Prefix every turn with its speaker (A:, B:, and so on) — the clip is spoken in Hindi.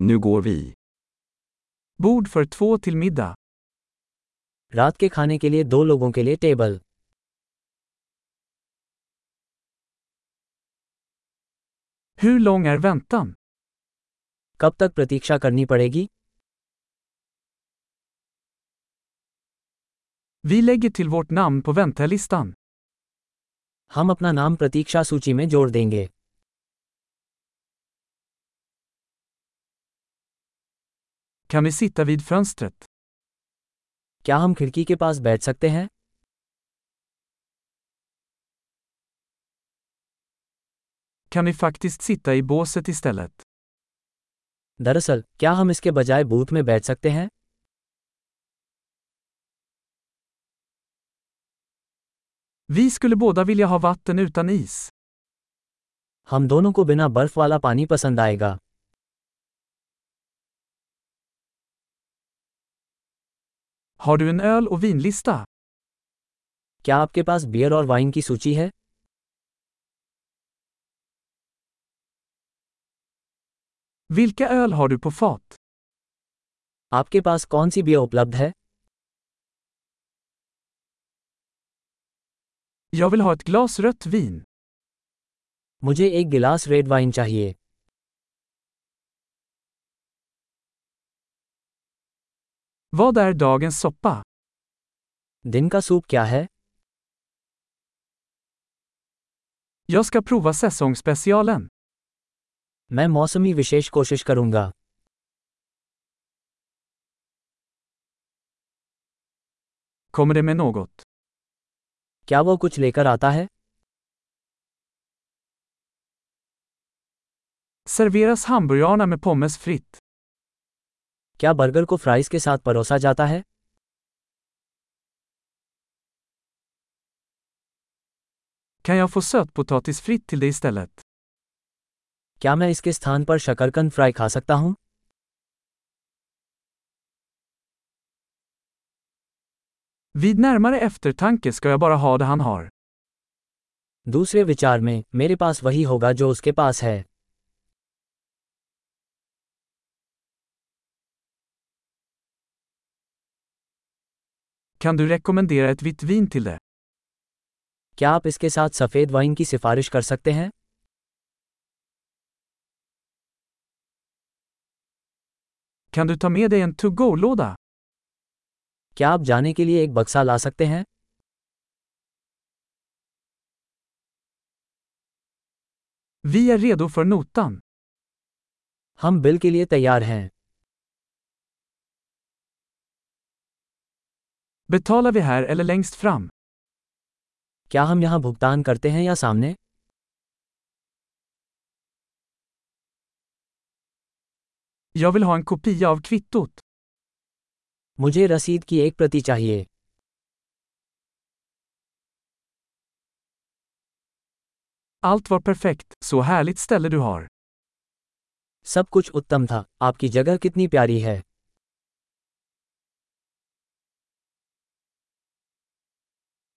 A: Nu går vi.
B: Bord för två till middag.
C: रात के खाने के लिए दो लोगों के लिए table
B: Hur lång är väntan?
C: कब तक प्रतीक्षा करनी पड़ेगी
B: Vi lägger till vårt namn på väntelistan.
C: हम अपना नाम प्रतीक्षा सूची में जोड़ देंगे
B: Kan vi sitta vid fönstret?
C: क्या हम खिड़की के पास बैठ सकते हैं
B: Kan vi faktiskt sitta i båset istället?
C: दरअसल क्या हम इसके बजाय बूथ में बैठ सकते हैं
B: Vi skulle båda vilja ha vatten utan is.
C: हम दोनों को बिना बर्फ वाला पानी पसंद आएगा
B: Har du en öl och vinlista?
C: क्या आपके पास बियर और वाइन की सूची है
B: Vilka öl har du på fat?
C: आपके पास कौन सी बियर उपलब्ध है
B: Jag vill ha ett glas rött vin.
C: मुझे एक गिलास रेड वाइन चाहिए
B: Vad är dagens soppa?
C: दिन का सूप क्या है
B: Jag ska prova säsongsspecialen.
C: मैं मौसमी विशेष कोशिश करूंगा
B: Kommer det med något?
C: क्या वो कुछ लेकर आता है
B: Serveras hamburgarna med pommes fritt?
C: क्या बर्गर को फ्राइज के साथ परोसा जाता है
B: Kan jag få sötpotatis fritt till det istället?
C: क्या मैं इसके स्थान पर शकरकंद फ्राई खा सकता हूँ
B: Vid närmare eftertanke ska jag bara ha det han har.
C: दूसरे विचार में मेरे पास वही होगा जो उसके पास है
B: Kan du rekommendera ett vitt vin till det?
C: क्या आप इसके साथ सफ़ेद वाइन की सिफारिश कर सकते हैं
B: Kan du ta med dig en to-go-låda?
C: क्या आप जाने के लिए एक बक्सा ला सकते हैं
B: Vi är redo för notan.
C: हम बिल के लिए तैयार हैं
B: Betalar vi här eller längst fram?
C: क्या हम यहाँ भुगतान करते हैं या सामने
B: Jag vill ha en kopia av kvittot.
C: मुझे रसीद की एक प्रति चाहिए
B: Allt var perfekt, så härligt ställe du har.
C: सब कुछ उत्तम था आपकी जगह कितनी प्यारी है